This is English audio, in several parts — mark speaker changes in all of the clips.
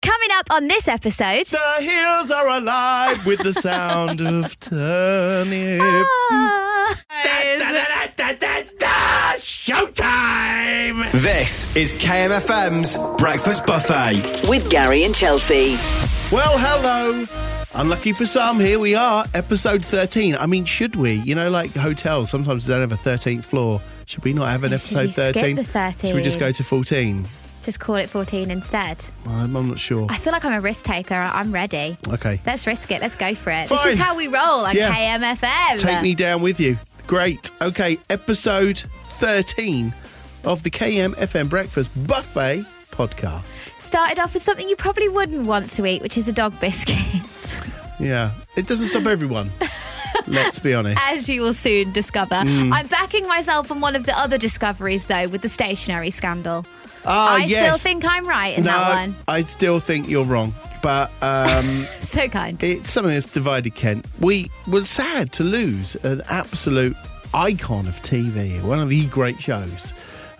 Speaker 1: Coming up on this episode.
Speaker 2: The hills are alive with the sound of turnip.
Speaker 1: Ah.
Speaker 2: Showtime!
Speaker 3: This is KMFM's Breakfast Buffet.
Speaker 4: with Gary and Chelsea.
Speaker 2: Well, hello. Unlucky for some, here we are, episode 13. I mean, should we? You know, like hotels, sometimes they don't have a 13th floor. Should we not have an
Speaker 1: Should we
Speaker 2: episode
Speaker 1: skip
Speaker 2: 13?
Speaker 1: the
Speaker 2: Should we
Speaker 1: 13?
Speaker 2: just go to 14?
Speaker 1: Just call it 14 instead.
Speaker 2: Well, I'm, I'm not sure.
Speaker 1: I feel like I'm a risk taker. I- I'm ready.
Speaker 2: Okay.
Speaker 1: Let's risk it. Let's go for it. This
Speaker 2: Fine.
Speaker 1: is how we roll on
Speaker 2: Yeah.
Speaker 1: KMFM.
Speaker 2: Take me down with you. Great. Okay, episode 13 of the KMFM Breakfast Buffet podcast.
Speaker 1: Started off with something you probably wouldn't want to eat, which is a dog biscuit,
Speaker 2: Yeah, it doesn't stop everyone. Let's be honest.
Speaker 1: as you will soon discover.
Speaker 2: Mm.
Speaker 1: I'm backing myself on one of the other discoveries, though, with the stationery scandal.
Speaker 2: Ah,
Speaker 1: I
Speaker 2: yes.
Speaker 1: still think I'm right in
Speaker 2: no,
Speaker 1: that one.
Speaker 2: I still think you're wrong. But um,
Speaker 1: So kind.
Speaker 2: it's something that's divided Kent. We were sad to lose an absolute icon of TV, one of the great shows,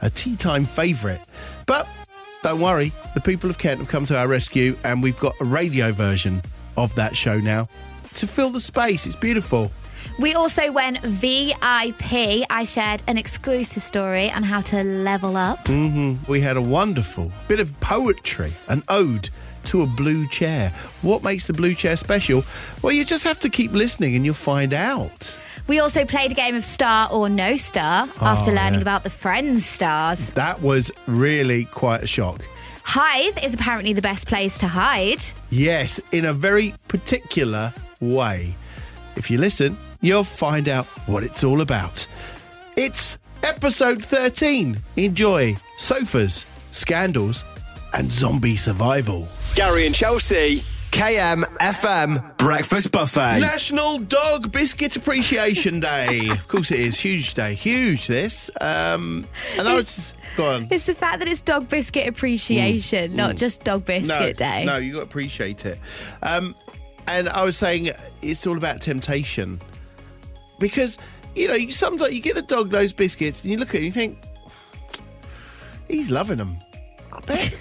Speaker 2: a tea time favourite. But don't worry, the people of Kent have come to our rescue, and we've got a radio version of that show now to fill the space. It's beautiful.
Speaker 1: We also went VIP. I shared an exclusive story on how to level up.
Speaker 2: we had a wonderful bit of poetry, an ode to a blue chair. What makes the blue chair special? Well, you just have to keep listening and you'll find out.
Speaker 1: We also played a game of star or no star after
Speaker 2: Oh,
Speaker 1: learning
Speaker 2: yeah.
Speaker 1: about the friends' stars.
Speaker 2: That was really quite a shock.
Speaker 1: Hythe is apparently the best place to hide.
Speaker 2: Yes, in a very particular way. If you listen, you'll find out what it's all about. It's episode 13. Enjoy sofas, scandals, and zombie survival.
Speaker 3: Gary and Chelsea, KMFM Breakfast Buffet.
Speaker 2: National Dog Biscuit Appreciation Day. of course it is. Huge day. Huge this. Um and I was just go on.
Speaker 1: It's the fact that it's dog biscuit appreciation, not just dog biscuit
Speaker 2: Mm. No,
Speaker 1: day.
Speaker 2: no, you got to appreciate it. Um, and I was saying it's all about temptation because you know you, sometimes you give the dog those biscuits and you look at it and you think he's loving them. I bet,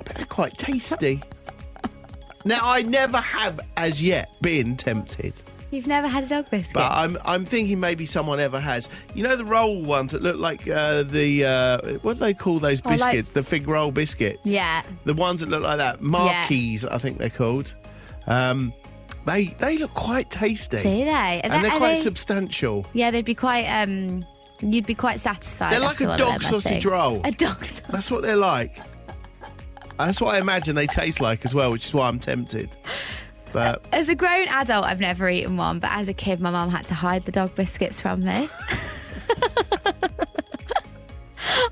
Speaker 2: I bet they're quite tasty. Now I never have as yet been tempted.
Speaker 1: You've never had a dog biscuit.
Speaker 2: But I'm I'm thinking maybe someone ever has. You know the roll ones that look like uh, the uh, what do they call those
Speaker 1: Oh, like-
Speaker 2: biscuits? the fig roll biscuits.
Speaker 1: Yeah.
Speaker 2: The ones that look like that, marquees, I think they're called. Um, they they look quite tasty.
Speaker 1: Do they? Are they-
Speaker 2: and they're
Speaker 1: are
Speaker 2: quite
Speaker 1: they-
Speaker 2: substantial.
Speaker 1: yeah, they'd be quite. um You'd be quite satisfied.
Speaker 2: They're like
Speaker 1: after
Speaker 2: a
Speaker 1: one of
Speaker 2: dog
Speaker 1: them, I
Speaker 2: sausage
Speaker 1: think.
Speaker 2: roll.
Speaker 1: A dog. sau-
Speaker 2: That's what they're like. That's what I imagine they taste like as well, which is why I'm tempted. But
Speaker 1: As a grown adult, I've never eaten one, but as a kid, my mum had to hide the dog biscuits from me.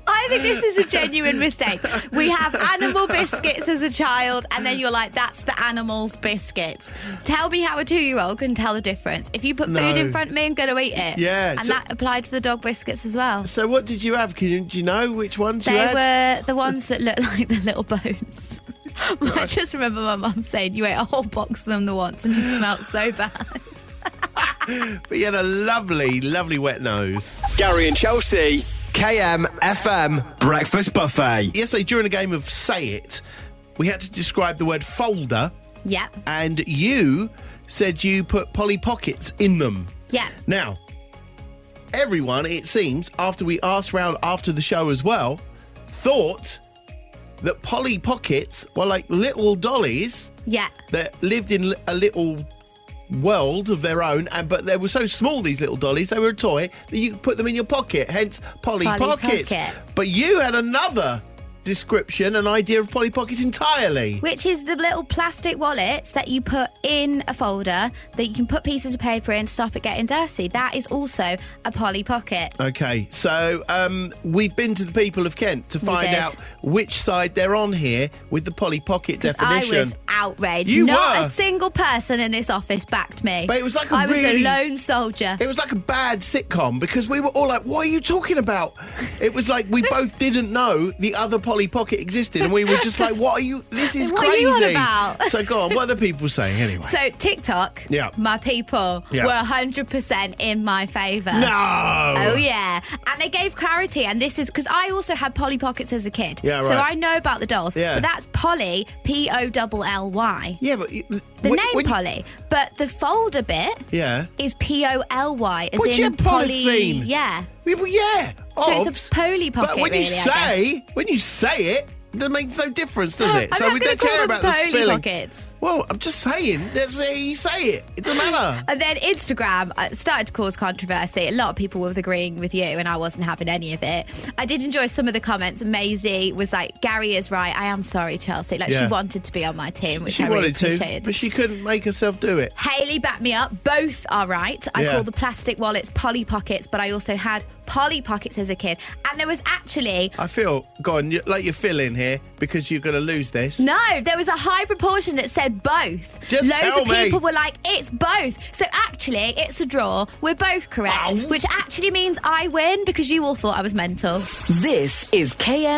Speaker 1: I think this is a genuine mistake. We have animal biscuits as a child, and then you're like, that's the animal's biscuits. Tell me how a two year old can tell the difference. If you put
Speaker 2: No.
Speaker 1: food in front of me, I'm going to eat it.
Speaker 2: Yeah,
Speaker 1: And
Speaker 2: so-
Speaker 1: that applied to the dog biscuits as well.
Speaker 2: so what did you have? Can you, do you know which ones you
Speaker 1: They
Speaker 2: had?
Speaker 1: were the ones that looked like the little bones. I just remember my mum saying, you ate a whole box of them the once, and it smelled so bad.
Speaker 2: But you had a lovely, lovely wet nose.
Speaker 3: Gary and Chelsea, KMFM Breakfast Buffet.
Speaker 2: yesterday during a game of Say It, we had to describe the word folder,
Speaker 1: Yeah.
Speaker 2: and you said you put Polly Pockets in them.
Speaker 1: Yeah.
Speaker 2: Now, everyone, it seems, after we asked round after the show as well, thought that Polly Pockets were like little dollies
Speaker 1: Yeah.
Speaker 2: that lived in a little world of their own and but they were so small these little dollies they were a toy that you could put them in your pocket hence polly,
Speaker 1: Polly
Speaker 2: pockets
Speaker 1: Pocket.
Speaker 2: but you had another description an idea of polly pockets entirely
Speaker 1: Which is the little plastic wallets that you put in a folder that you can put pieces of paper in to stop it getting dirty. That is also a Polly Pocket.
Speaker 2: okay so um we've been to the people of kent to find
Speaker 1: did.
Speaker 2: out which side they're on here with the polly pocket
Speaker 1: I
Speaker 2: definition
Speaker 1: was outrage.
Speaker 2: You
Speaker 1: Not
Speaker 2: were.
Speaker 1: a single person in this office backed me.
Speaker 2: But it was like a
Speaker 1: I was
Speaker 2: really-
Speaker 1: a lone soldier.
Speaker 2: It was like a bad sitcom because we were all like, "What are you talking about?" It was like we both didn't know the other Polly Pocket existed, and we were just like, "What are you? This is
Speaker 1: What are
Speaker 2: crazy."
Speaker 1: you on about?
Speaker 2: So go on. What are the people saying anyway?
Speaker 1: So TikTok,
Speaker 2: Yeah.
Speaker 1: my people
Speaker 2: Yeah.
Speaker 1: were 100% in my favour.
Speaker 2: no.
Speaker 1: Oh yeah, and they gave clarity, and this is because I also had Polly Pockets as a kid,
Speaker 2: Yeah,
Speaker 1: so
Speaker 2: right.
Speaker 1: I know about the dolls.
Speaker 2: Yeah.
Speaker 1: But that's Polly, P O L L Y,
Speaker 2: Yeah, but you-
Speaker 1: the
Speaker 2: when-
Speaker 1: name
Speaker 2: when you-
Speaker 1: Polly. But the folder bit
Speaker 2: Yeah.
Speaker 1: is P O L Y, as
Speaker 2: What's
Speaker 1: in
Speaker 2: your
Speaker 1: Polly.
Speaker 2: polythene?
Speaker 1: Yeah,
Speaker 2: Yeah, well, yeah.
Speaker 1: So it's a
Speaker 2: Ovs.
Speaker 1: Polly
Speaker 2: But
Speaker 1: Pocket,
Speaker 2: when you
Speaker 1: really, I
Speaker 2: say when you say it, that makes no difference, does it?
Speaker 1: I'm
Speaker 2: so
Speaker 1: not
Speaker 2: we
Speaker 1: gonna
Speaker 2: don't care
Speaker 1: call them
Speaker 2: about the
Speaker 1: Polly
Speaker 2: spilling.
Speaker 1: Pockets.
Speaker 2: Well, I'm just saying. That's how you say it. It doesn't matter.
Speaker 1: And then Instagram uh, started to cause controversy. A lot of people were agreeing with you, and I wasn't having any of it. I did enjoy some of the comments. Maisie was like, "Gary is right. I am sorry, Chelsea." Like
Speaker 2: Yeah.
Speaker 1: she wanted to be on my team, which
Speaker 2: she
Speaker 1: I really
Speaker 2: wanted to,
Speaker 1: appreciated.
Speaker 2: but she couldn't make herself do it.
Speaker 1: Haley backed me up. Both are right. I
Speaker 2: Yeah.
Speaker 1: call the plastic wallets Polly Pockets, but I also had Polly Pockets as a kid. And there was actually.
Speaker 2: I feel, go on, you, like you're filling here because you're going to lose this.
Speaker 1: No, there was a high proportion that said both.
Speaker 2: Just
Speaker 1: Loads
Speaker 2: tell
Speaker 1: of
Speaker 2: me.
Speaker 1: people were like, it's both. So actually, it's a draw. We're both correct,
Speaker 2: Ow.
Speaker 1: which actually means I win because you all thought I was mental.
Speaker 4: This is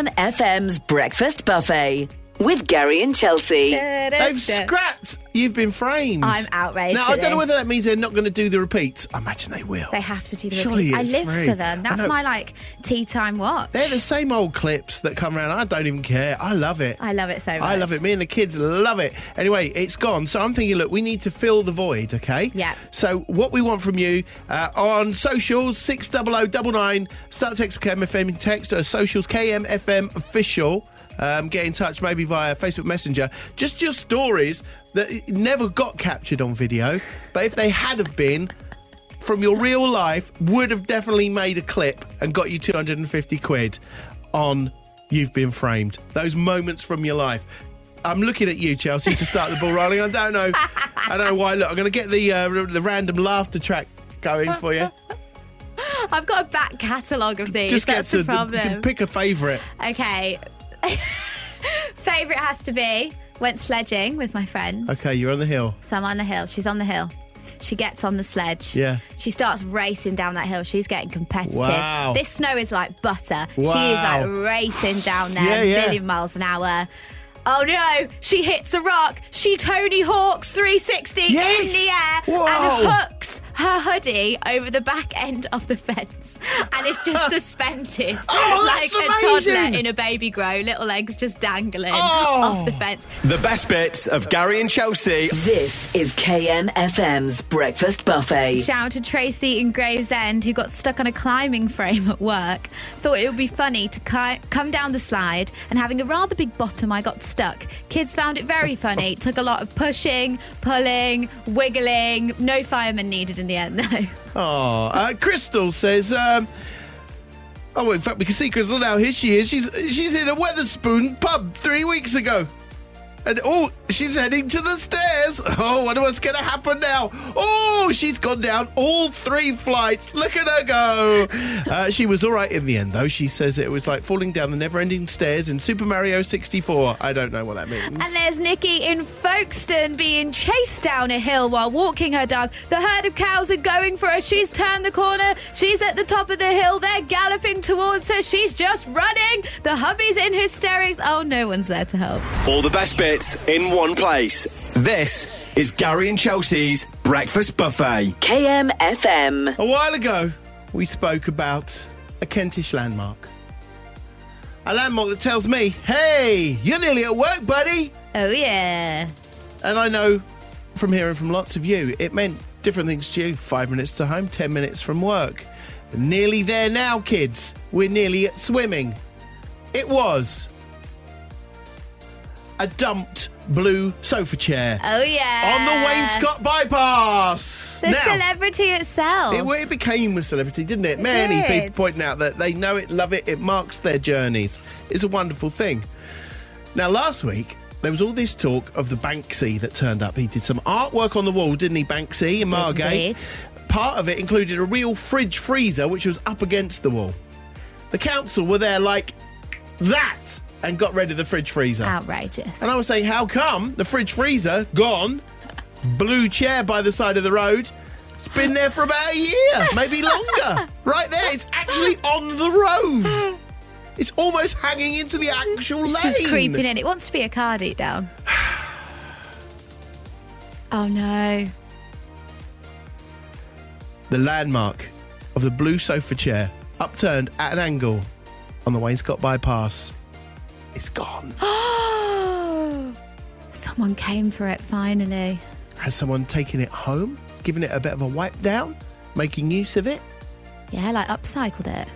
Speaker 4: KMFM's Breakfast Buffet with Gary and Chelsea.
Speaker 2: They've scrapped. You've been framed.
Speaker 1: I'm outraged
Speaker 2: Now,
Speaker 1: at
Speaker 2: I don't know
Speaker 1: this.
Speaker 2: whether that means they're not going to do the repeats. I imagine they will.
Speaker 1: They have to do the
Speaker 2: Surely
Speaker 1: repeats. I
Speaker 2: it's
Speaker 1: live
Speaker 2: free.
Speaker 1: for them.
Speaker 2: I
Speaker 1: That's
Speaker 2: know.
Speaker 1: my like tea time watch.
Speaker 2: They're the same old clips that come around. I don't even care. I love it.
Speaker 1: I love it so much.
Speaker 2: I love it. Me and the kids love it. Anyway, it's gone. So I'm thinking, look, we need to fill the void, okay?
Speaker 1: Yeah.
Speaker 2: So what we want from you uh, on socials, 60099, start text with KMFM in text, or socials, KMFM official. Um, get in touch maybe via Facebook Messenger. Just your stories that never got captured on video, but if they had have been, from your real life would have definitely made a clip and got you 250 quid on You've Been Framed. Those moments from your life. I'm looking at you, Chelsea, to start the ball rolling. I don't know. I don't know why. Look, I'm going to get the uh, the random laughter track going for you.
Speaker 1: I've got a back catalogue of these.
Speaker 2: Just
Speaker 1: That's
Speaker 2: get to,
Speaker 1: the problem.
Speaker 2: to pick a favourite.
Speaker 1: Okay. Favourite has to be went sledging with my friends.
Speaker 2: Okay, you're on the hill.
Speaker 1: So I'm on the hill. She's on the hill. She gets on the sledge.
Speaker 2: Yeah.
Speaker 1: She starts racing down that hill. She's getting competitive.
Speaker 2: Wow.
Speaker 1: This snow is like butter. She is
Speaker 2: Wow.
Speaker 1: like racing down there,
Speaker 2: Yeah, yeah.
Speaker 1: million miles an hour. Oh no, she hits a rock. She Tony Hawks 360 in
Speaker 2: Yes.
Speaker 1: the air
Speaker 2: Whoa.
Speaker 1: and hooks her hoodie over the back end of the fence and it's just suspended
Speaker 2: Oh,
Speaker 1: like
Speaker 2: that's
Speaker 1: a toddler
Speaker 2: amazing.
Speaker 1: in a baby grow, little legs just dangling
Speaker 2: Oh.
Speaker 1: off the fence.
Speaker 3: The best bits of Gary and Chelsea.
Speaker 4: This is KMFM's Breakfast Buffet.
Speaker 1: Shout out to Tracy in Gravesend, who got stuck on a climbing frame at work. Thought it would be funny to ki- come down the slide, and having a rather big bottom, I got stuck. Kids found it very funny. Took a lot of pushing, pulling, wiggling. No firemen needed in the end, though.
Speaker 2: Oh, uh, Crystal says. Um, oh, in fact, we can see Crystal now. Here she is. She's she's in a Weatherspoon pub three weeks ago. And oh, she's heading to the stairs. Oh, wonder what's going to happen now. Oh, she's gone down all three flights. Look at her go. Uh, she was all right in the end, though. She says it was like falling down the never ending stairs in Super Mario 64. I don't know what that means.
Speaker 1: And there's Nikki in Folkestone being chased down a hill while walking her dog. The herd of cows are going for her. She's turned the corner. She's at the top of the hill. They're galloping towards her. She's just running. The hubby's in hysterics. Oh, no one's there to help.
Speaker 3: All the best bits in one place. This is Gary and Chelsea's Breakfast Buffet.
Speaker 4: KMFM.
Speaker 2: A while ago, we spoke about a Kentish landmark. A landmark that tells me, hey, you're nearly at work, buddy.
Speaker 1: Oh, yeah.
Speaker 2: And I know from hearing from lots of you, it meant different things to you. Five minutes to home, 10 minutes from work. Nearly there now, kids. We're nearly at swimming. It was a dumped blue sofa chair
Speaker 1: Oh, yeah.
Speaker 2: on the Wainscott bypass.
Speaker 1: The
Speaker 2: now,
Speaker 1: celebrity itself.
Speaker 2: it, well, it became a celebrity, didn't it? Many
Speaker 1: did.
Speaker 2: people pointing out that they know it, love it, it marks their journeys. It's a wonderful thing. Now, last week, there was all this talk of the Banksy that turned up. He did some artwork on the wall, didn't he, Banksy, in Margate?
Speaker 1: indeed.
Speaker 2: Part of it included a real fridge freezer, which was up against the wall. The council were there like that and got rid of the fridge freezer.
Speaker 1: Outrageous.
Speaker 2: And I was saying, how come the fridge freezer gone? Blue chair by the side of the road. It's been there for about a year, maybe longer. Right there, it's actually on the road. It's almost hanging into the actual
Speaker 1: It's
Speaker 2: lane.
Speaker 1: just creeping in. It wants to be a car deep down. oh no.
Speaker 2: The landmark of the blue sofa chair, upturned at an angle on the Wainscott bypass, is gone.
Speaker 1: Someone came for it finally.
Speaker 2: Has someone taken it home, given it a bit of a wipe down, making use of it?
Speaker 1: Yeah, like upcycled it.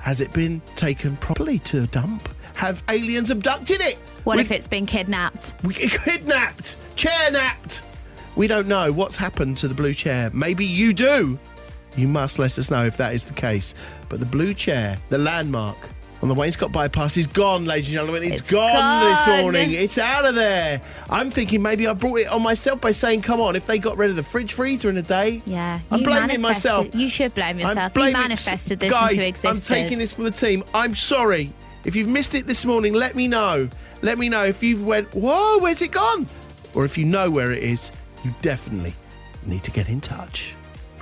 Speaker 2: Has it been taken properly to a dump? Have aliens abducted it?
Speaker 1: What
Speaker 2: We-
Speaker 1: if it's been kidnapped?
Speaker 2: We kidnapped, chairnapped. We don't know what's happened to the blue chair. Maybe you do. You must let us know if that is the case. But the blue chair, the landmark on the Wainscott bypass, is gone, ladies and gentlemen.
Speaker 1: It's
Speaker 2: it's gone, this
Speaker 1: gone.
Speaker 2: morning. It's out of there. I'm thinking maybe I brought it on myself by saying, "Come on, if they got rid of the fridge freezer in a day,
Speaker 1: Yeah.
Speaker 2: I'm
Speaker 1: you manifested-
Speaker 2: blaming myself.
Speaker 1: You should blame yourself.
Speaker 2: I'm blaming
Speaker 1: you manifested this
Speaker 2: guys,
Speaker 1: into existence.
Speaker 2: I'm taking this for the team. I'm sorry. If you've missed it this morning, let me know. Let me know if you've went, whoa, where's it gone? Or if you know where it is, you definitely need to get in touch.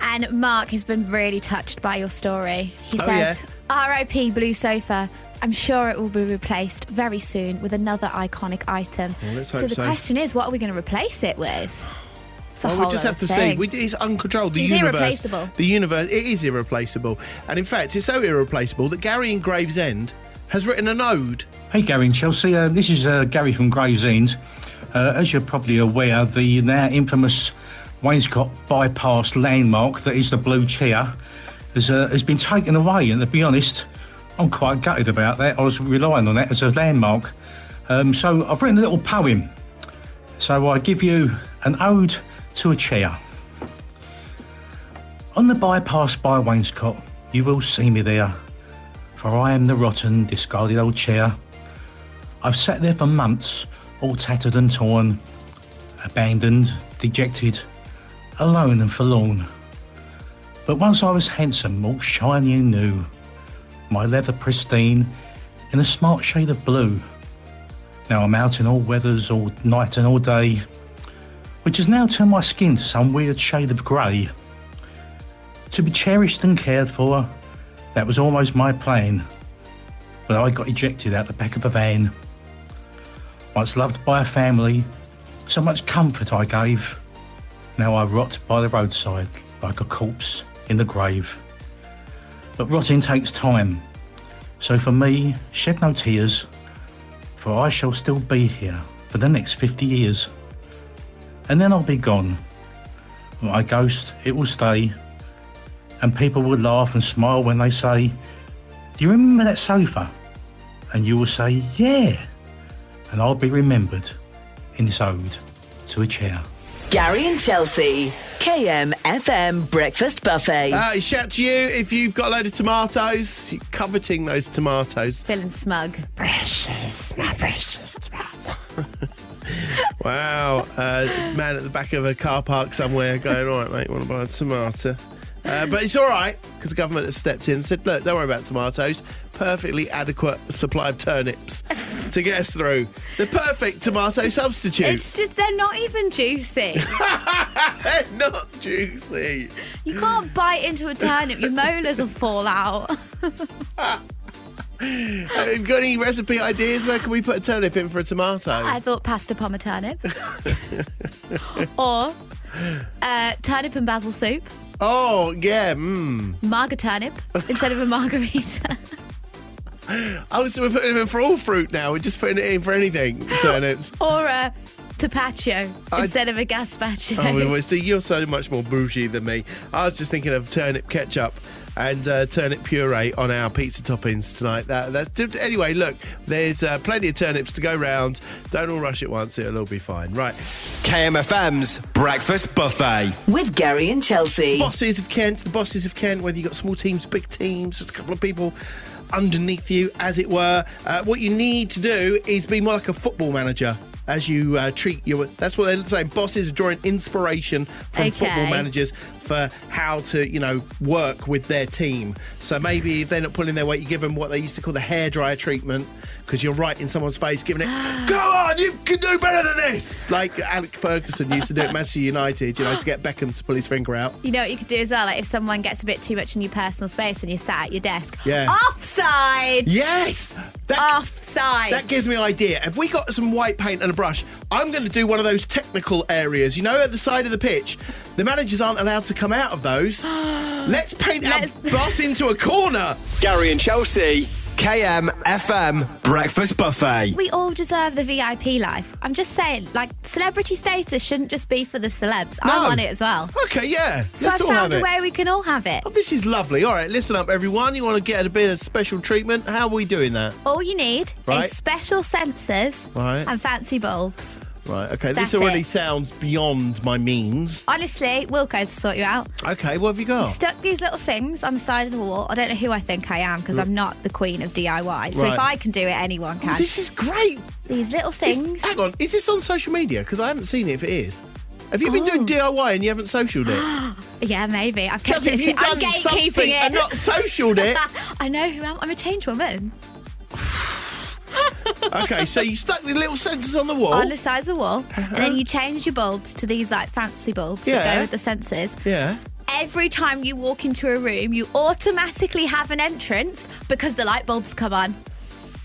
Speaker 1: And Mark has been really touched by your story. He
Speaker 2: Oh,
Speaker 1: says, RIP Blue Sofa. I'm sure it will be replaced very soon with another iconic item.
Speaker 2: Well, let's
Speaker 1: so
Speaker 2: hope
Speaker 1: the
Speaker 2: so.
Speaker 1: question is, what are we going to replace it with? It's a
Speaker 2: Well,
Speaker 1: whole
Speaker 2: we just
Speaker 1: other
Speaker 2: have to see.
Speaker 1: thing.
Speaker 2: We, it's uncontrolled. The
Speaker 1: It's
Speaker 2: universe.
Speaker 1: irreplaceable.
Speaker 2: The universe. It is irreplaceable. And in fact, it's so irreplaceable that Gary in Gravesend has written an ode.
Speaker 5: Hey Gary and Chelsea, uh, this is uh, Gary from Gravesend. Uh, as you're probably aware, the now infamous Wainscott bypass landmark that is the Blue Chair has, uh, has been taken away, and to be honest, I'm quite gutted about that. I was relying on that as a landmark. Um, so I've written a little poem. So I give you an ode to a chair. On the bypass by Wainscott, you will see me there for I am the rotten, discarded old chair. I've sat there for months, all tattered and torn, abandoned, dejected, alone and forlorn. But once I was handsome, all shiny and new, my leather pristine, in a smart shade of blue. Now I'm out in all weathers, all night and all day, which has now turned my skin to some weird shade of grey. To be cherished and cared for, that was almost my plan, but I got ejected out the back of a van. Once loved by a family, so much comfort I gave. Now I rot by the roadside like a corpse in the grave. But rotting takes time, so for me, shed no tears, for I shall still be here for the next 50 years. And then I'll be gone. My ghost, it will stay, and people would laugh and smile when they say, Do you remember that sofa? And you will say, Yeah. And I'll be remembered in this ode to a chair.
Speaker 4: Gary and Chelsea. KMFM Breakfast Buffet.
Speaker 2: Uh, shout to you if you've got a load of tomatoes, you're coveting those tomatoes.
Speaker 1: Feeling smug.
Speaker 2: precious, my precious tomato. wow, uh, man at the back of a car park somewhere going, all right, mate, want to buy a tomato? Uh, but it's all right because the government has stepped in and said, look, don't worry about tomatoes. Perfectly adequate supply of turnips to get us through. The perfect tomato substitute.
Speaker 1: It's just, they're not even juicy.
Speaker 2: They're not juicy.
Speaker 1: you can't bite into a turnip, your molars will fall out.
Speaker 2: Have you got any recipe ideas? Where can we put a turnip in for a tomato?
Speaker 1: I thought pasta pom a turnip. or uh, turnip and basil soup,
Speaker 2: oh, yeah, mmm.
Speaker 1: marga turnip instead of a margarita.
Speaker 2: Oh, so we're putting them in for all fruit now. We're just putting it in for anything, turnips.
Speaker 1: or a tapaccio
Speaker 2: I-
Speaker 1: instead of a gazpacho.
Speaker 2: Oh, well, well, see, you're so much more bougie than me. I was just thinking of turnip ketchup and uh, turnip puree on our pizza toppings tonight. That, that's anyway. Look, there's uh, plenty of turnips to go round. Don't all rush at once; it'll all be fine. Right,
Speaker 3: KMFM's Breakfast Buffet.
Speaker 4: With Gary and Chelsea.
Speaker 2: bosses of Kent, the bosses of Kent. Whether you've got small teams, big teams, just a couple of people underneath you, as it were. Uh, what you need to do is be more like a football manager. As you uh, treat your, that's what they're saying. Bosses are drawing inspiration from
Speaker 1: Okay.
Speaker 2: football managers. for how to, you know, work with their team. So maybe if they're not pulling their weight, you give them what they used to call the hairdryer treatment because you're right in someone's face giving it, go on, you can do better than this. Like Alec Ferguson used to do at Manchester United, you know, to get Beckham to pull his finger out.
Speaker 1: You know what you could do as well? Like if someone gets a bit too much in your personal space and you're sat at your desk.
Speaker 2: Yeah.
Speaker 1: Offside!
Speaker 2: Yes! That,
Speaker 1: Ah, Offside!
Speaker 2: That gives me an idea. Have we got some white paint and a brush? I'm going to do one of those technical areas. You know, at the side of the pitch, the managers aren't allowed to come out of those. Let's paint
Speaker 1: Let's-
Speaker 2: our boss into a corner.
Speaker 3: Gary and Chelsea, KM FM Breakfast Buffet.
Speaker 1: we all deserve the VIP life. I'm just saying, like, celebrity status shouldn't just be for the celebs. I
Speaker 2: No.
Speaker 1: want it as well.
Speaker 2: Okay, yeah.
Speaker 1: So
Speaker 2: Let's
Speaker 1: I
Speaker 2: all have
Speaker 1: found a
Speaker 2: it.
Speaker 1: way we can all have it.
Speaker 2: Oh, this is lovely. All right, listen up, everyone. You want to get a bit of special treatment? How are we doing that?
Speaker 1: All you need
Speaker 2: Right.
Speaker 1: is special sensors
Speaker 2: Right.
Speaker 1: and fancy bulbs.
Speaker 2: Right, okay.
Speaker 1: That's
Speaker 2: this already
Speaker 1: it.
Speaker 2: sounds beyond my means.
Speaker 1: Honestly, Wilco's will sort you out.
Speaker 2: Okay, what have you got?
Speaker 1: Stuck these little things on the side of the wall. I don't know who I think I am because I'm not the queen of DIY. So if
Speaker 2: Mm. Right. Oh,
Speaker 1: I can do it, anyone can.
Speaker 2: This is great.
Speaker 1: these little
Speaker 2: Is-
Speaker 1: things.
Speaker 2: hang on, is this on social media? Because I haven't seen it. If it is, have you been
Speaker 1: Oh.
Speaker 2: doing DIY and you haven't socialed it?
Speaker 1: Yeah, maybe. I've kept
Speaker 2: Chelsea, have
Speaker 1: it.
Speaker 2: you
Speaker 1: I'm
Speaker 2: done
Speaker 1: gatekeeping
Speaker 2: something
Speaker 1: it.
Speaker 2: and not socialed it?
Speaker 1: I know who am. I'm a change woman.
Speaker 2: okay, so you stuck the little sensors on the wall.
Speaker 1: On the side of the wall, and then you change your bulbs to these like fancy bulbs that
Speaker 2: Uh-huh. Yeah.
Speaker 1: go with the sensors.
Speaker 2: yeah.
Speaker 1: Every time you walk into a room, you automatically have an entrance because the light bulbs come on.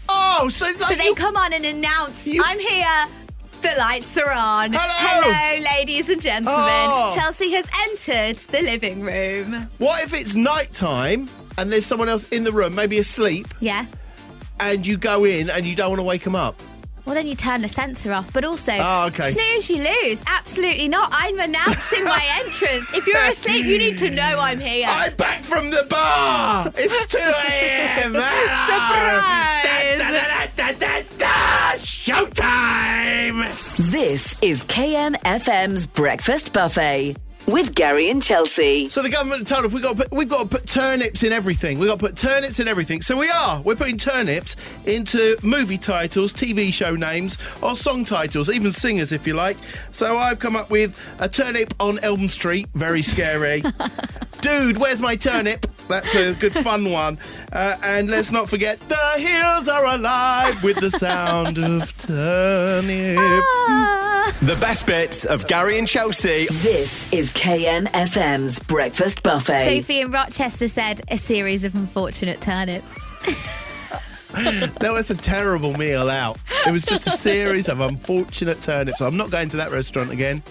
Speaker 2: Oh, so, like,
Speaker 1: So they
Speaker 2: you-
Speaker 1: come on and announce,
Speaker 2: you-
Speaker 1: I'm here. The lights are on.
Speaker 2: Hello.
Speaker 1: Hello, ladies and gentlemen.
Speaker 2: Oh.
Speaker 1: Chelsea has entered the living room.
Speaker 2: what if it's night time and there's someone else in the room, maybe asleep,
Speaker 1: Yeah.
Speaker 2: and you go in and you don't want to wake them up?
Speaker 1: Well, then you turn the sensor off, but also
Speaker 2: Oh, okay.
Speaker 1: snooze, you lose. Absolutely not. I'm announcing my entrance. If you're asleep, you need to know I'm here.
Speaker 2: I'm back from the bar. It's 2 a.m.
Speaker 1: Surprise.
Speaker 2: Da, da, da, da, da, da. Showtime!
Speaker 4: This is KMFM's Breakfast Buffet with Gary and Chelsea.
Speaker 2: So the government told us we've got to put, we've got to put turnips in everything. We've got to put turnips in everything. So we are. We're putting turnips into movie titles, TV show names, or song titles, even singers if you like. So I've come up with a turnip on Elm Street. Very scary. Dude, where's my turnip? That's a good fun one. Uh, and let's not forget, the hills are alive with the sound of turnip.
Speaker 1: Ah.
Speaker 3: The best bits of Gary and Chelsea.
Speaker 4: This is KMFM's Breakfast Buffet.
Speaker 1: Sophie in Rochester said a series of unfortunate turnips.
Speaker 2: That was a terrible meal out. It was just a series of unfortunate turnips. I'm not going to that restaurant again.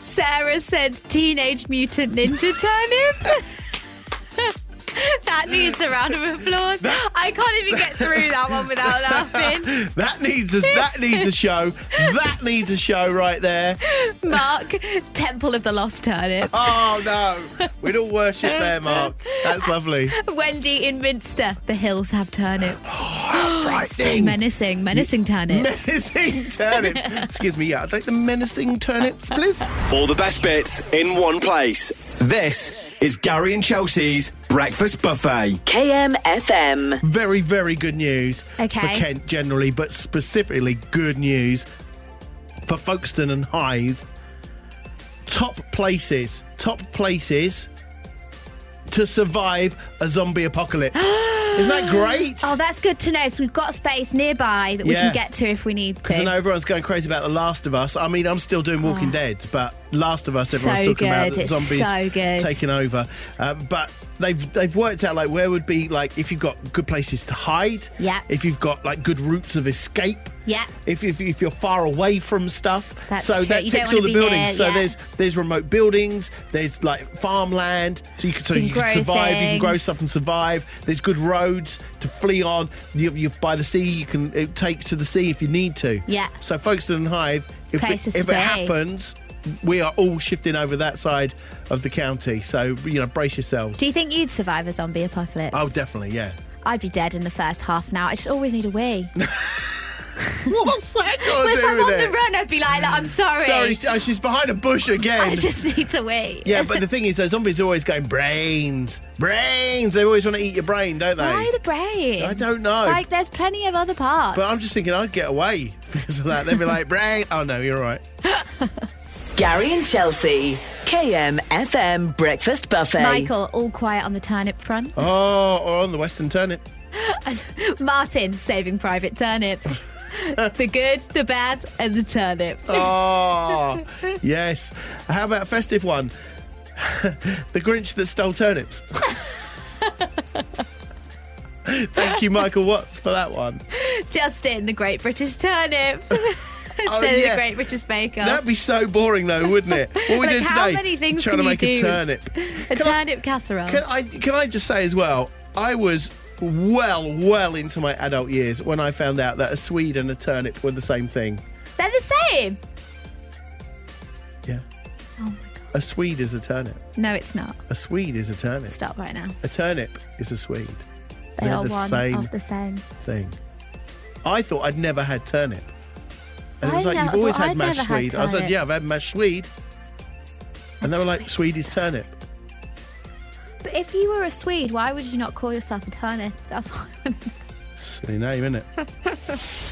Speaker 1: Sarah said Teenage Mutant Ninja Turnip. that needs a round of applause. I can't even get through that one without laughing.
Speaker 2: That needs a, that needs a show. That needs a show right there.
Speaker 1: Mark, Temple of the Lost Turnip.
Speaker 2: Oh no, we'd all worship there, Mark. That's lovely.
Speaker 1: Wendy in Minster, the hills have turnips.
Speaker 2: Frightening.
Speaker 1: Menacing, menacing turnips.
Speaker 2: Menacing turnips. Excuse me, yeah, I'd like the menacing turnips, please.
Speaker 3: All the best bits in one place. This is Gary and Chelsea's Breakfast Buffet.
Speaker 4: KMFM.
Speaker 2: Very, very good news for
Speaker 1: Okay.
Speaker 2: Kent generally, but specifically good news for Folkestone and Hythe. Top places, top places to survive a zombie apocalypse. Isn't that great?
Speaker 1: Oh, that's good to know. So we've got space nearby that we
Speaker 2: Yeah.
Speaker 1: can get to if we need
Speaker 2: Because I know
Speaker 1: to.
Speaker 2: everyone's going crazy about The Last of Us. I mean, I'm still doing Walking Dead, but Last of Us, everyone's
Speaker 1: Ah. So
Speaker 2: talking about
Speaker 1: good.
Speaker 2: that
Speaker 1: It's
Speaker 2: zombies
Speaker 1: so good.
Speaker 2: taking over. Um, but they've they've worked out like where would be like if you've got good places to hide.
Speaker 1: Yeah.
Speaker 2: If you've got like good routes of escape.
Speaker 1: Yeah.
Speaker 2: If, if, if you're far away from stuff,
Speaker 1: That's
Speaker 2: so
Speaker 1: true.
Speaker 2: that
Speaker 1: You don't
Speaker 2: ticks
Speaker 1: wanna
Speaker 2: all the
Speaker 1: be
Speaker 2: buildings.
Speaker 1: near-
Speaker 2: so
Speaker 1: yeah.
Speaker 2: there's there's remote buildings. There's like farmland, so you can, so
Speaker 1: You can
Speaker 2: you can
Speaker 1: grow
Speaker 2: survive. You can grow
Speaker 1: things.
Speaker 2: stuff and survive. There's good roads to flee on. You, you by the sea, you can uh, take to the sea if you need to.
Speaker 1: Yeah.
Speaker 2: So Folkestone and Hythe, if
Speaker 1: Places
Speaker 2: it, if
Speaker 1: to
Speaker 2: it
Speaker 1: be.
Speaker 2: happens, we are all shifting over that side of the county. So you know, brace yourselves.
Speaker 1: Do you think you'd survive a zombie apocalypse?
Speaker 2: oh, definitely, yeah.
Speaker 1: I'd be dead in the first half now. I just always need a wee.
Speaker 2: What's that
Speaker 1: Well,
Speaker 2: got to
Speaker 1: if
Speaker 2: do
Speaker 1: I'm on
Speaker 2: with
Speaker 1: the
Speaker 2: it?
Speaker 1: run, I'd be like, that. I'm sorry.
Speaker 2: Sorry, sh- oh, she's behind a bush
Speaker 1: I
Speaker 2: again.
Speaker 1: just need to wait.
Speaker 2: Yeah, but the thing is, those zombies are always going brains, brains. They always want to eat your brain, don't they?
Speaker 1: Why the brain?
Speaker 2: I don't know.
Speaker 1: Like, there's plenty of other parts.
Speaker 2: but I'm just thinking I'd get away because of that. They'd be like, brain. Oh no, you're right.
Speaker 4: Gary and Chelsea. KMFM Breakfast Buffet.
Speaker 1: Michael, all quiet on the turnip front.
Speaker 2: Oh, or on the Western Turnip.
Speaker 1: Martin, saving private turnip. the good, the bad, and the turnip.
Speaker 2: Oh, yes. How about a festive one? the Grinch that stole turnips. Thank you, Michael Watts, for that one.
Speaker 1: Justin, the great British turnip.
Speaker 2: Oh,
Speaker 1: Instead of
Speaker 2: yeah.
Speaker 1: the great British baker.
Speaker 2: That'd be so boring, though, wouldn't it? What we
Speaker 1: Like,
Speaker 2: doing
Speaker 1: how
Speaker 2: today?
Speaker 1: many things
Speaker 2: Trying
Speaker 1: can
Speaker 2: to
Speaker 1: you
Speaker 2: make a
Speaker 1: do?
Speaker 2: turnip.
Speaker 1: a
Speaker 2: Can I-
Speaker 1: turnip casserole.
Speaker 2: Can I can I just say as well? I was well, well into my adult years when I found out that a swede and a turnip were the same thing.
Speaker 1: They're the same.
Speaker 2: Yeah.
Speaker 1: Oh
Speaker 2: A swede is a turnip.
Speaker 1: No, it's not.
Speaker 2: A swede is a turnip.
Speaker 1: Stop right now.
Speaker 2: A turnip is a swede.
Speaker 1: They
Speaker 2: They're
Speaker 1: are
Speaker 2: the
Speaker 1: one
Speaker 2: same
Speaker 1: of the same.
Speaker 2: thing. I thought I'd never had turnip. And it was
Speaker 1: I
Speaker 2: like,
Speaker 1: know-
Speaker 2: you've always
Speaker 1: well,
Speaker 2: had
Speaker 1: I'd
Speaker 2: mashed
Speaker 1: never had
Speaker 2: swede. I said,
Speaker 1: turnip.
Speaker 2: yeah, I've had mashed swede. And they were like, swede is turnip.
Speaker 1: But if you were a Swede, why would you not call yourself a turnip? That's why.
Speaker 2: Silly name, isn't it?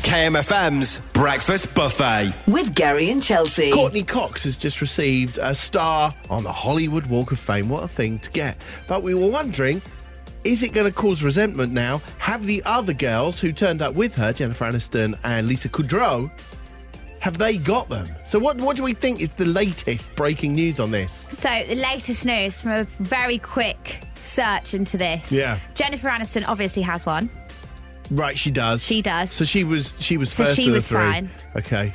Speaker 3: KMFM's Breakfast Buffet.
Speaker 4: With Gary and Chelsea.
Speaker 2: Courtney Cox has just received a star on the Hollywood Walk of Fame. What a thing to get. But we were wondering, is it going to cause resentment now? Have the other girls who turned up with her, Jennifer Aniston and Lisa Kudrow, have they got them? So what, what do we think is the latest breaking news on this?
Speaker 1: So, the latest news from a very quick search into this.
Speaker 2: Yeah.
Speaker 1: Jennifer Aniston obviously has one.
Speaker 2: Right, she does.
Speaker 1: She does.
Speaker 2: So she was she was
Speaker 1: So
Speaker 2: first
Speaker 1: she
Speaker 2: of the
Speaker 1: was
Speaker 2: three.
Speaker 1: fine.
Speaker 2: Okay.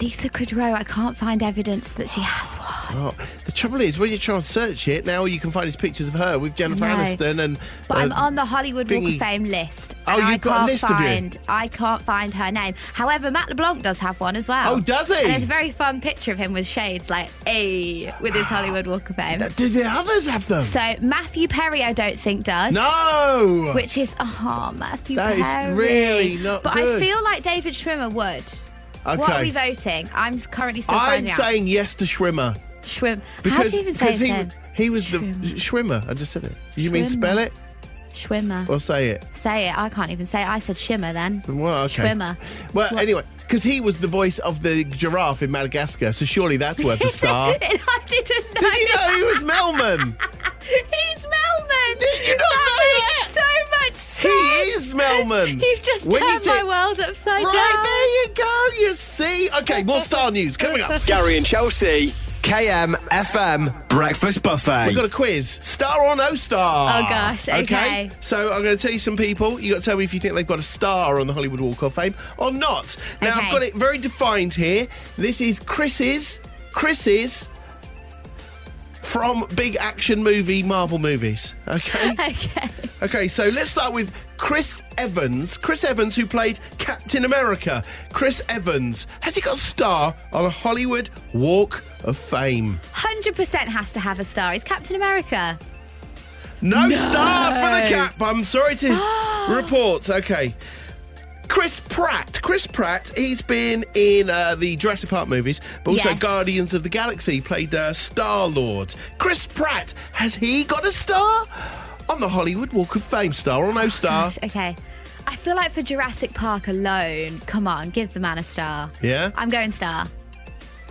Speaker 1: Lisa Kudrow, I can't find evidence that she has one.
Speaker 2: Oh, the trouble is, when you try and search it, now all you can find is pictures of her with Jennifer
Speaker 1: I know.
Speaker 2: Aniston and.
Speaker 1: But
Speaker 2: uh,
Speaker 1: I'm on the Hollywood Walk
Speaker 2: thingy.
Speaker 1: of Fame list.
Speaker 2: Oh,
Speaker 1: and I
Speaker 2: you've got a
Speaker 1: can't
Speaker 2: list of you?
Speaker 1: find, I can't find her name. However, Matt LeBlanc does have one as well.
Speaker 2: Oh, does he?
Speaker 1: And there's a very fun picture of him with shades, like, a with his Hollywood Walk of Fame.
Speaker 2: Do the others have them?
Speaker 1: So, Matthew Perry, I don't think does.
Speaker 2: No!
Speaker 1: Which is, oh, Matthew
Speaker 2: That is
Speaker 1: Perry.
Speaker 2: really not
Speaker 1: But
Speaker 2: good.
Speaker 1: I feel like David Schwimmer would. What
Speaker 2: Okay.
Speaker 1: are we voting? I'm currently still
Speaker 2: I'm
Speaker 1: finding out.
Speaker 2: saying yes to Schwimmer.
Speaker 1: Schwim. How
Speaker 2: Because
Speaker 1: do you even say
Speaker 2: because
Speaker 1: his
Speaker 2: he,
Speaker 1: name?
Speaker 2: he was the Schwimmer. I just said it. You mean
Speaker 1: Schwimmer.
Speaker 2: spell it
Speaker 1: Schwimmer.
Speaker 2: or say it?
Speaker 1: Say it. I can't even say it. I said shimmer then.
Speaker 2: Well, okay.
Speaker 1: Schwimmer.
Speaker 2: Well,
Speaker 1: What?
Speaker 2: anyway, because he was the voice of the giraffe in Madagascar, so surely that's worth a star. Did
Speaker 1: I didn't know.
Speaker 2: you know he was Melman?
Speaker 1: He's Melman.
Speaker 2: Did you not
Speaker 1: that makes so
Speaker 2: He
Speaker 1: much sense.
Speaker 2: is Melman.
Speaker 1: You've just
Speaker 2: When you
Speaker 1: turned my
Speaker 2: take-
Speaker 1: world upside
Speaker 2: Right, there you go, you see. Okay, more star news coming up.
Speaker 3: Gary and Chelsea, KMFM Breakfast Buffet.
Speaker 2: We've got a quiz. Star or no star?
Speaker 1: Oh, gosh, okay.
Speaker 2: So I'm going to tell you some people. you got to tell me if you think they've got a star on the Hollywood Walk of Fame or not. Now,
Speaker 1: Okay.
Speaker 2: I've got it very defined here. This is Chris's, Chris's from big action movie Marvel movies. Okay?
Speaker 1: down. Okay.
Speaker 2: Okay, so let's start with Chris Evans. Chris Evans, who played Captain America. Chris Evans, has he got a star on a Hollywood Walk of Fame?
Speaker 1: 100% has to have a star. He's Captain America.
Speaker 2: No, star for the cap. I'm sorry to report. Okay. Chris Pratt. Chris Pratt, he's been in uh, the Jurassic Park movies, but also
Speaker 1: Yes.
Speaker 2: Guardians of the Galaxy, played uh, Star Lord. Chris Pratt, has he got a star? On the Hollywood Walk of Fame, star or no star?
Speaker 1: Oh, Gosh, okay. I feel like for Jurassic Park alone, come on, give the man a star.
Speaker 2: Yeah?
Speaker 1: I'm going star.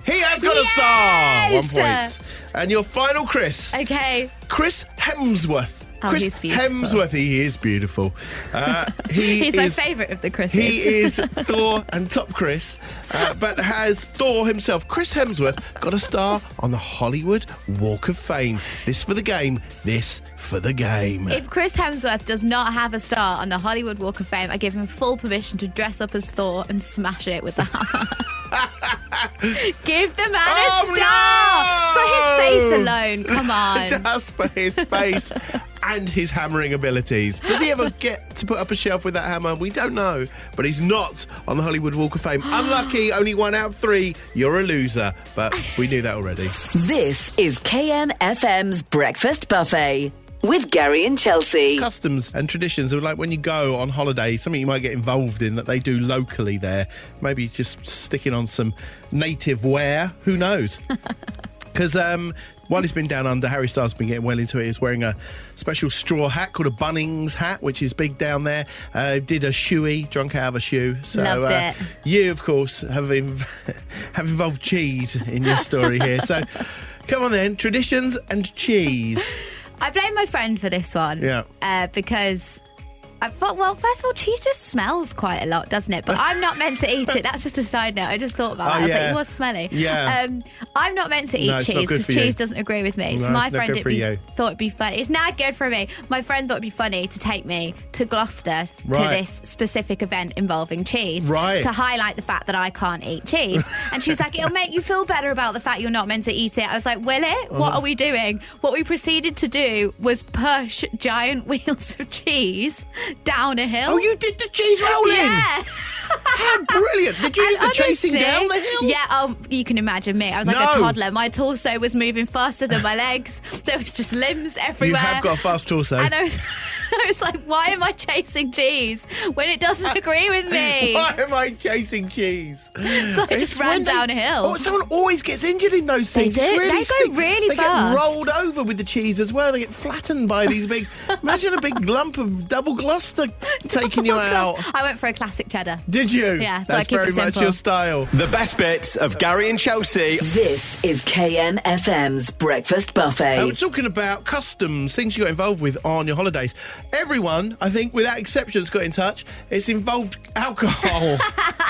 Speaker 2: He has got a star! One
Speaker 1: Yes!
Speaker 2: point. And your final Chris.
Speaker 1: Okay.
Speaker 2: Chris Hemsworth.
Speaker 1: Oh,
Speaker 2: Chris
Speaker 1: he's beautiful.
Speaker 2: Hemsworth, he is beautiful. Uh, he
Speaker 1: He's my
Speaker 2: is
Speaker 1: favourite of the Chris's.
Speaker 2: He is Thor and top Chris, uh, but has Thor himself, Chris Hemsworth, got a star on the Hollywood Walk of Fame? This for the game, this for the game.
Speaker 1: If Chris Hemsworth does not have a star on the Hollywood Walk of Fame, I give him full permission to dress up as Thor and smash it with the hammer. give the man
Speaker 2: Oh,
Speaker 1: a star
Speaker 2: no!
Speaker 1: for his face alone. Come on.
Speaker 2: Just for his face and his hammering abilities. Does he ever get to put up a shelf with that hammer? We don't know, but he's not on the Hollywood Walk of Fame. Unlucky, only one out of three. You're a loser, but we knew that already.
Speaker 4: This is KMFM's Breakfast Buffet. With Gary and Chelsea.
Speaker 2: customs and traditions are like when you go on holiday, something you might get involved in that they do locally there. Maybe just sticking on some native wear. Who knows? Because um, While he's been down under, Harry Styles has been getting well into it. He's wearing a special straw hat called a Bunnings hat, which is big down there. Uh, did a shoey, drunk out of a shoe. So
Speaker 1: Loved
Speaker 2: uh,
Speaker 1: it.
Speaker 2: you, of course, have inv- have involved cheese in your story here. So come on then, traditions and cheese.
Speaker 1: I blame my friend for this one.
Speaker 2: Yeah.
Speaker 1: Uh, because I thought, well, first of all, cheese just smells quite a lot, doesn't it? But I'm not meant to eat it. That's just a side note. I just thought about
Speaker 2: Oh,
Speaker 1: that. I was like,
Speaker 2: yeah.
Speaker 1: it was smelly.
Speaker 2: Yeah.
Speaker 1: Um, I'm not meant to eat
Speaker 2: No, it's not
Speaker 1: cheese
Speaker 2: good
Speaker 1: because
Speaker 2: for you.
Speaker 1: cheese doesn't agree with me.
Speaker 2: No,
Speaker 1: so my
Speaker 2: it's not
Speaker 1: friend
Speaker 2: good
Speaker 1: it'd
Speaker 2: for
Speaker 1: be,
Speaker 2: you.
Speaker 1: thought it'd be funny. It's not good for me. My friend thought it'd be funny to take me to Gloucester
Speaker 2: Right.
Speaker 1: to this specific event involving cheese.
Speaker 2: Right.
Speaker 1: To highlight the fact that I can't eat cheese. And she was like, it'll make you feel better about the fact you're not meant to eat it. I was like, will it? What are we doing? What we proceeded to do was push giant wheels of cheese down a hill.
Speaker 2: Oh, you did the cheese rolling!
Speaker 1: Yeah.
Speaker 2: How brilliant! Did you do
Speaker 1: And
Speaker 2: the chasing
Speaker 1: honestly-
Speaker 2: down the hill?
Speaker 1: Yeah, oh, you can imagine me. I was like a
Speaker 2: No.
Speaker 1: toddler. My torso was moving faster than my legs. There was just limbs
Speaker 2: You
Speaker 1: everywhere.
Speaker 2: have got a fast eh? torso.
Speaker 1: and I was, I was like, why am I chasing cheese when it doesn't agree with me?
Speaker 2: Uh, Why am I chasing cheese?
Speaker 1: So I just ran down a hill.
Speaker 2: Oh, someone always gets injured in those things. It's
Speaker 1: do.
Speaker 2: really
Speaker 1: They go
Speaker 2: stick-
Speaker 1: really
Speaker 2: They
Speaker 1: fast.
Speaker 2: get rolled over with the cheese as well. They get flattened by these big. imagine a big lump of double Gloucester taking you out.
Speaker 1: Class- I went for a classic cheddar.
Speaker 2: Did you?
Speaker 1: Yeah, thought I'd
Speaker 2: that's
Speaker 1: keep it
Speaker 2: very much
Speaker 1: simple.
Speaker 2: your style.
Speaker 3: The best bits of Gary and Chelsea.
Speaker 4: This is KMFM's Breakfast Buffet.
Speaker 2: Uh, we're talking about customs, things you got involved with on your holidays. Everyone, I think, without exception, has got in touch. It's involved alcohol.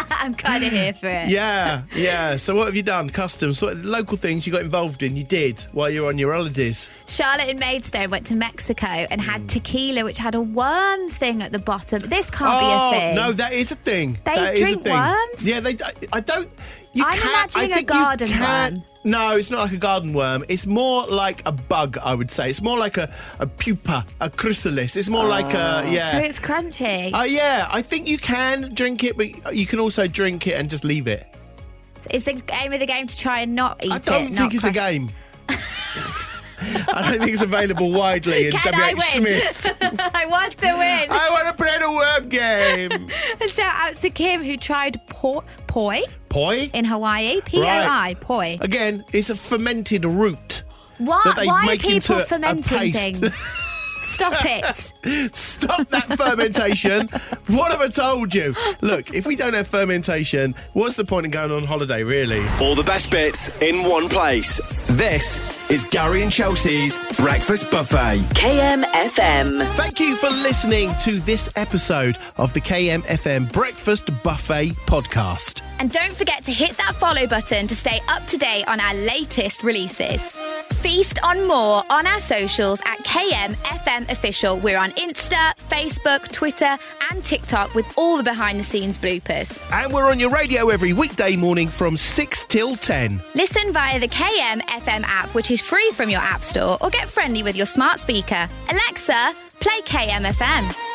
Speaker 1: I'm kind of here for it.
Speaker 2: yeah, yeah. So, what have you done? Customs, what local things you got involved in, you did while you were on your holidays.
Speaker 1: Charlotte and Maidstone went to Mexico and
Speaker 2: Mm.
Speaker 1: had tequila, which had a worm thing at the bottom. This can't be a thing.
Speaker 2: Oh, no, that is a thing.
Speaker 1: They
Speaker 2: That is a
Speaker 1: drink
Speaker 2: thing.
Speaker 1: worms?
Speaker 2: Yeah, they. d- I don't. You
Speaker 1: I'm
Speaker 2: can't,
Speaker 1: imagining
Speaker 2: I
Speaker 1: a
Speaker 2: think you
Speaker 1: garden
Speaker 2: can't-
Speaker 1: worm.
Speaker 2: No, it's not like a garden worm. It's more like a bug. I would say it's more like a, a pupa, a chrysalis. It's more like a yeah.
Speaker 1: Ah. So it's crunchy.
Speaker 2: Oh yeah, I think you can drink it, but you can also drink it and just leave it.
Speaker 1: It's the aim of the game to try and not eat
Speaker 2: I don't
Speaker 1: it. not
Speaker 2: think it's a
Speaker 1: crush-
Speaker 2: game. I don't think it's available widely in
Speaker 1: Can I
Speaker 2: WH
Speaker 1: win?
Speaker 2: Smith.
Speaker 1: I want to win.
Speaker 2: I want to play the worm game.
Speaker 1: And shout out to Kim who tried po- poi
Speaker 2: Poi?
Speaker 1: in Hawaii. P O I, poi.
Speaker 2: Again, it's a fermented root.
Speaker 1: Why,
Speaker 2: Uh, that they
Speaker 1: why are
Speaker 2: make into
Speaker 1: people
Speaker 2: a- a
Speaker 1: fermenting
Speaker 2: paste.
Speaker 1: things? Stop it.
Speaker 2: Stop that fermentation. What have I told you? Look, if we don't have fermentation, what's the point in going on holiday, really?
Speaker 3: All the best bits in one place. This is Gary and Chelsea's Breakfast Buffet.
Speaker 4: KMFM.
Speaker 2: Thank you for listening to this episode of the KMFM Breakfast Buffet Podcast.
Speaker 1: And don't forget to hit that follow button to stay up to date on our latest releases. Feast on more on our socials at KMFM Official. We're on Insta, Facebook, Twitter, and TikTok with all the behind the scenes bloopers.
Speaker 2: And we're on your radio every weekday morning from 6 till 10.
Speaker 1: Listen via the KMFM app, which is free from your App Store, or get friendly with your smart speaker. Alexa, play KMFM.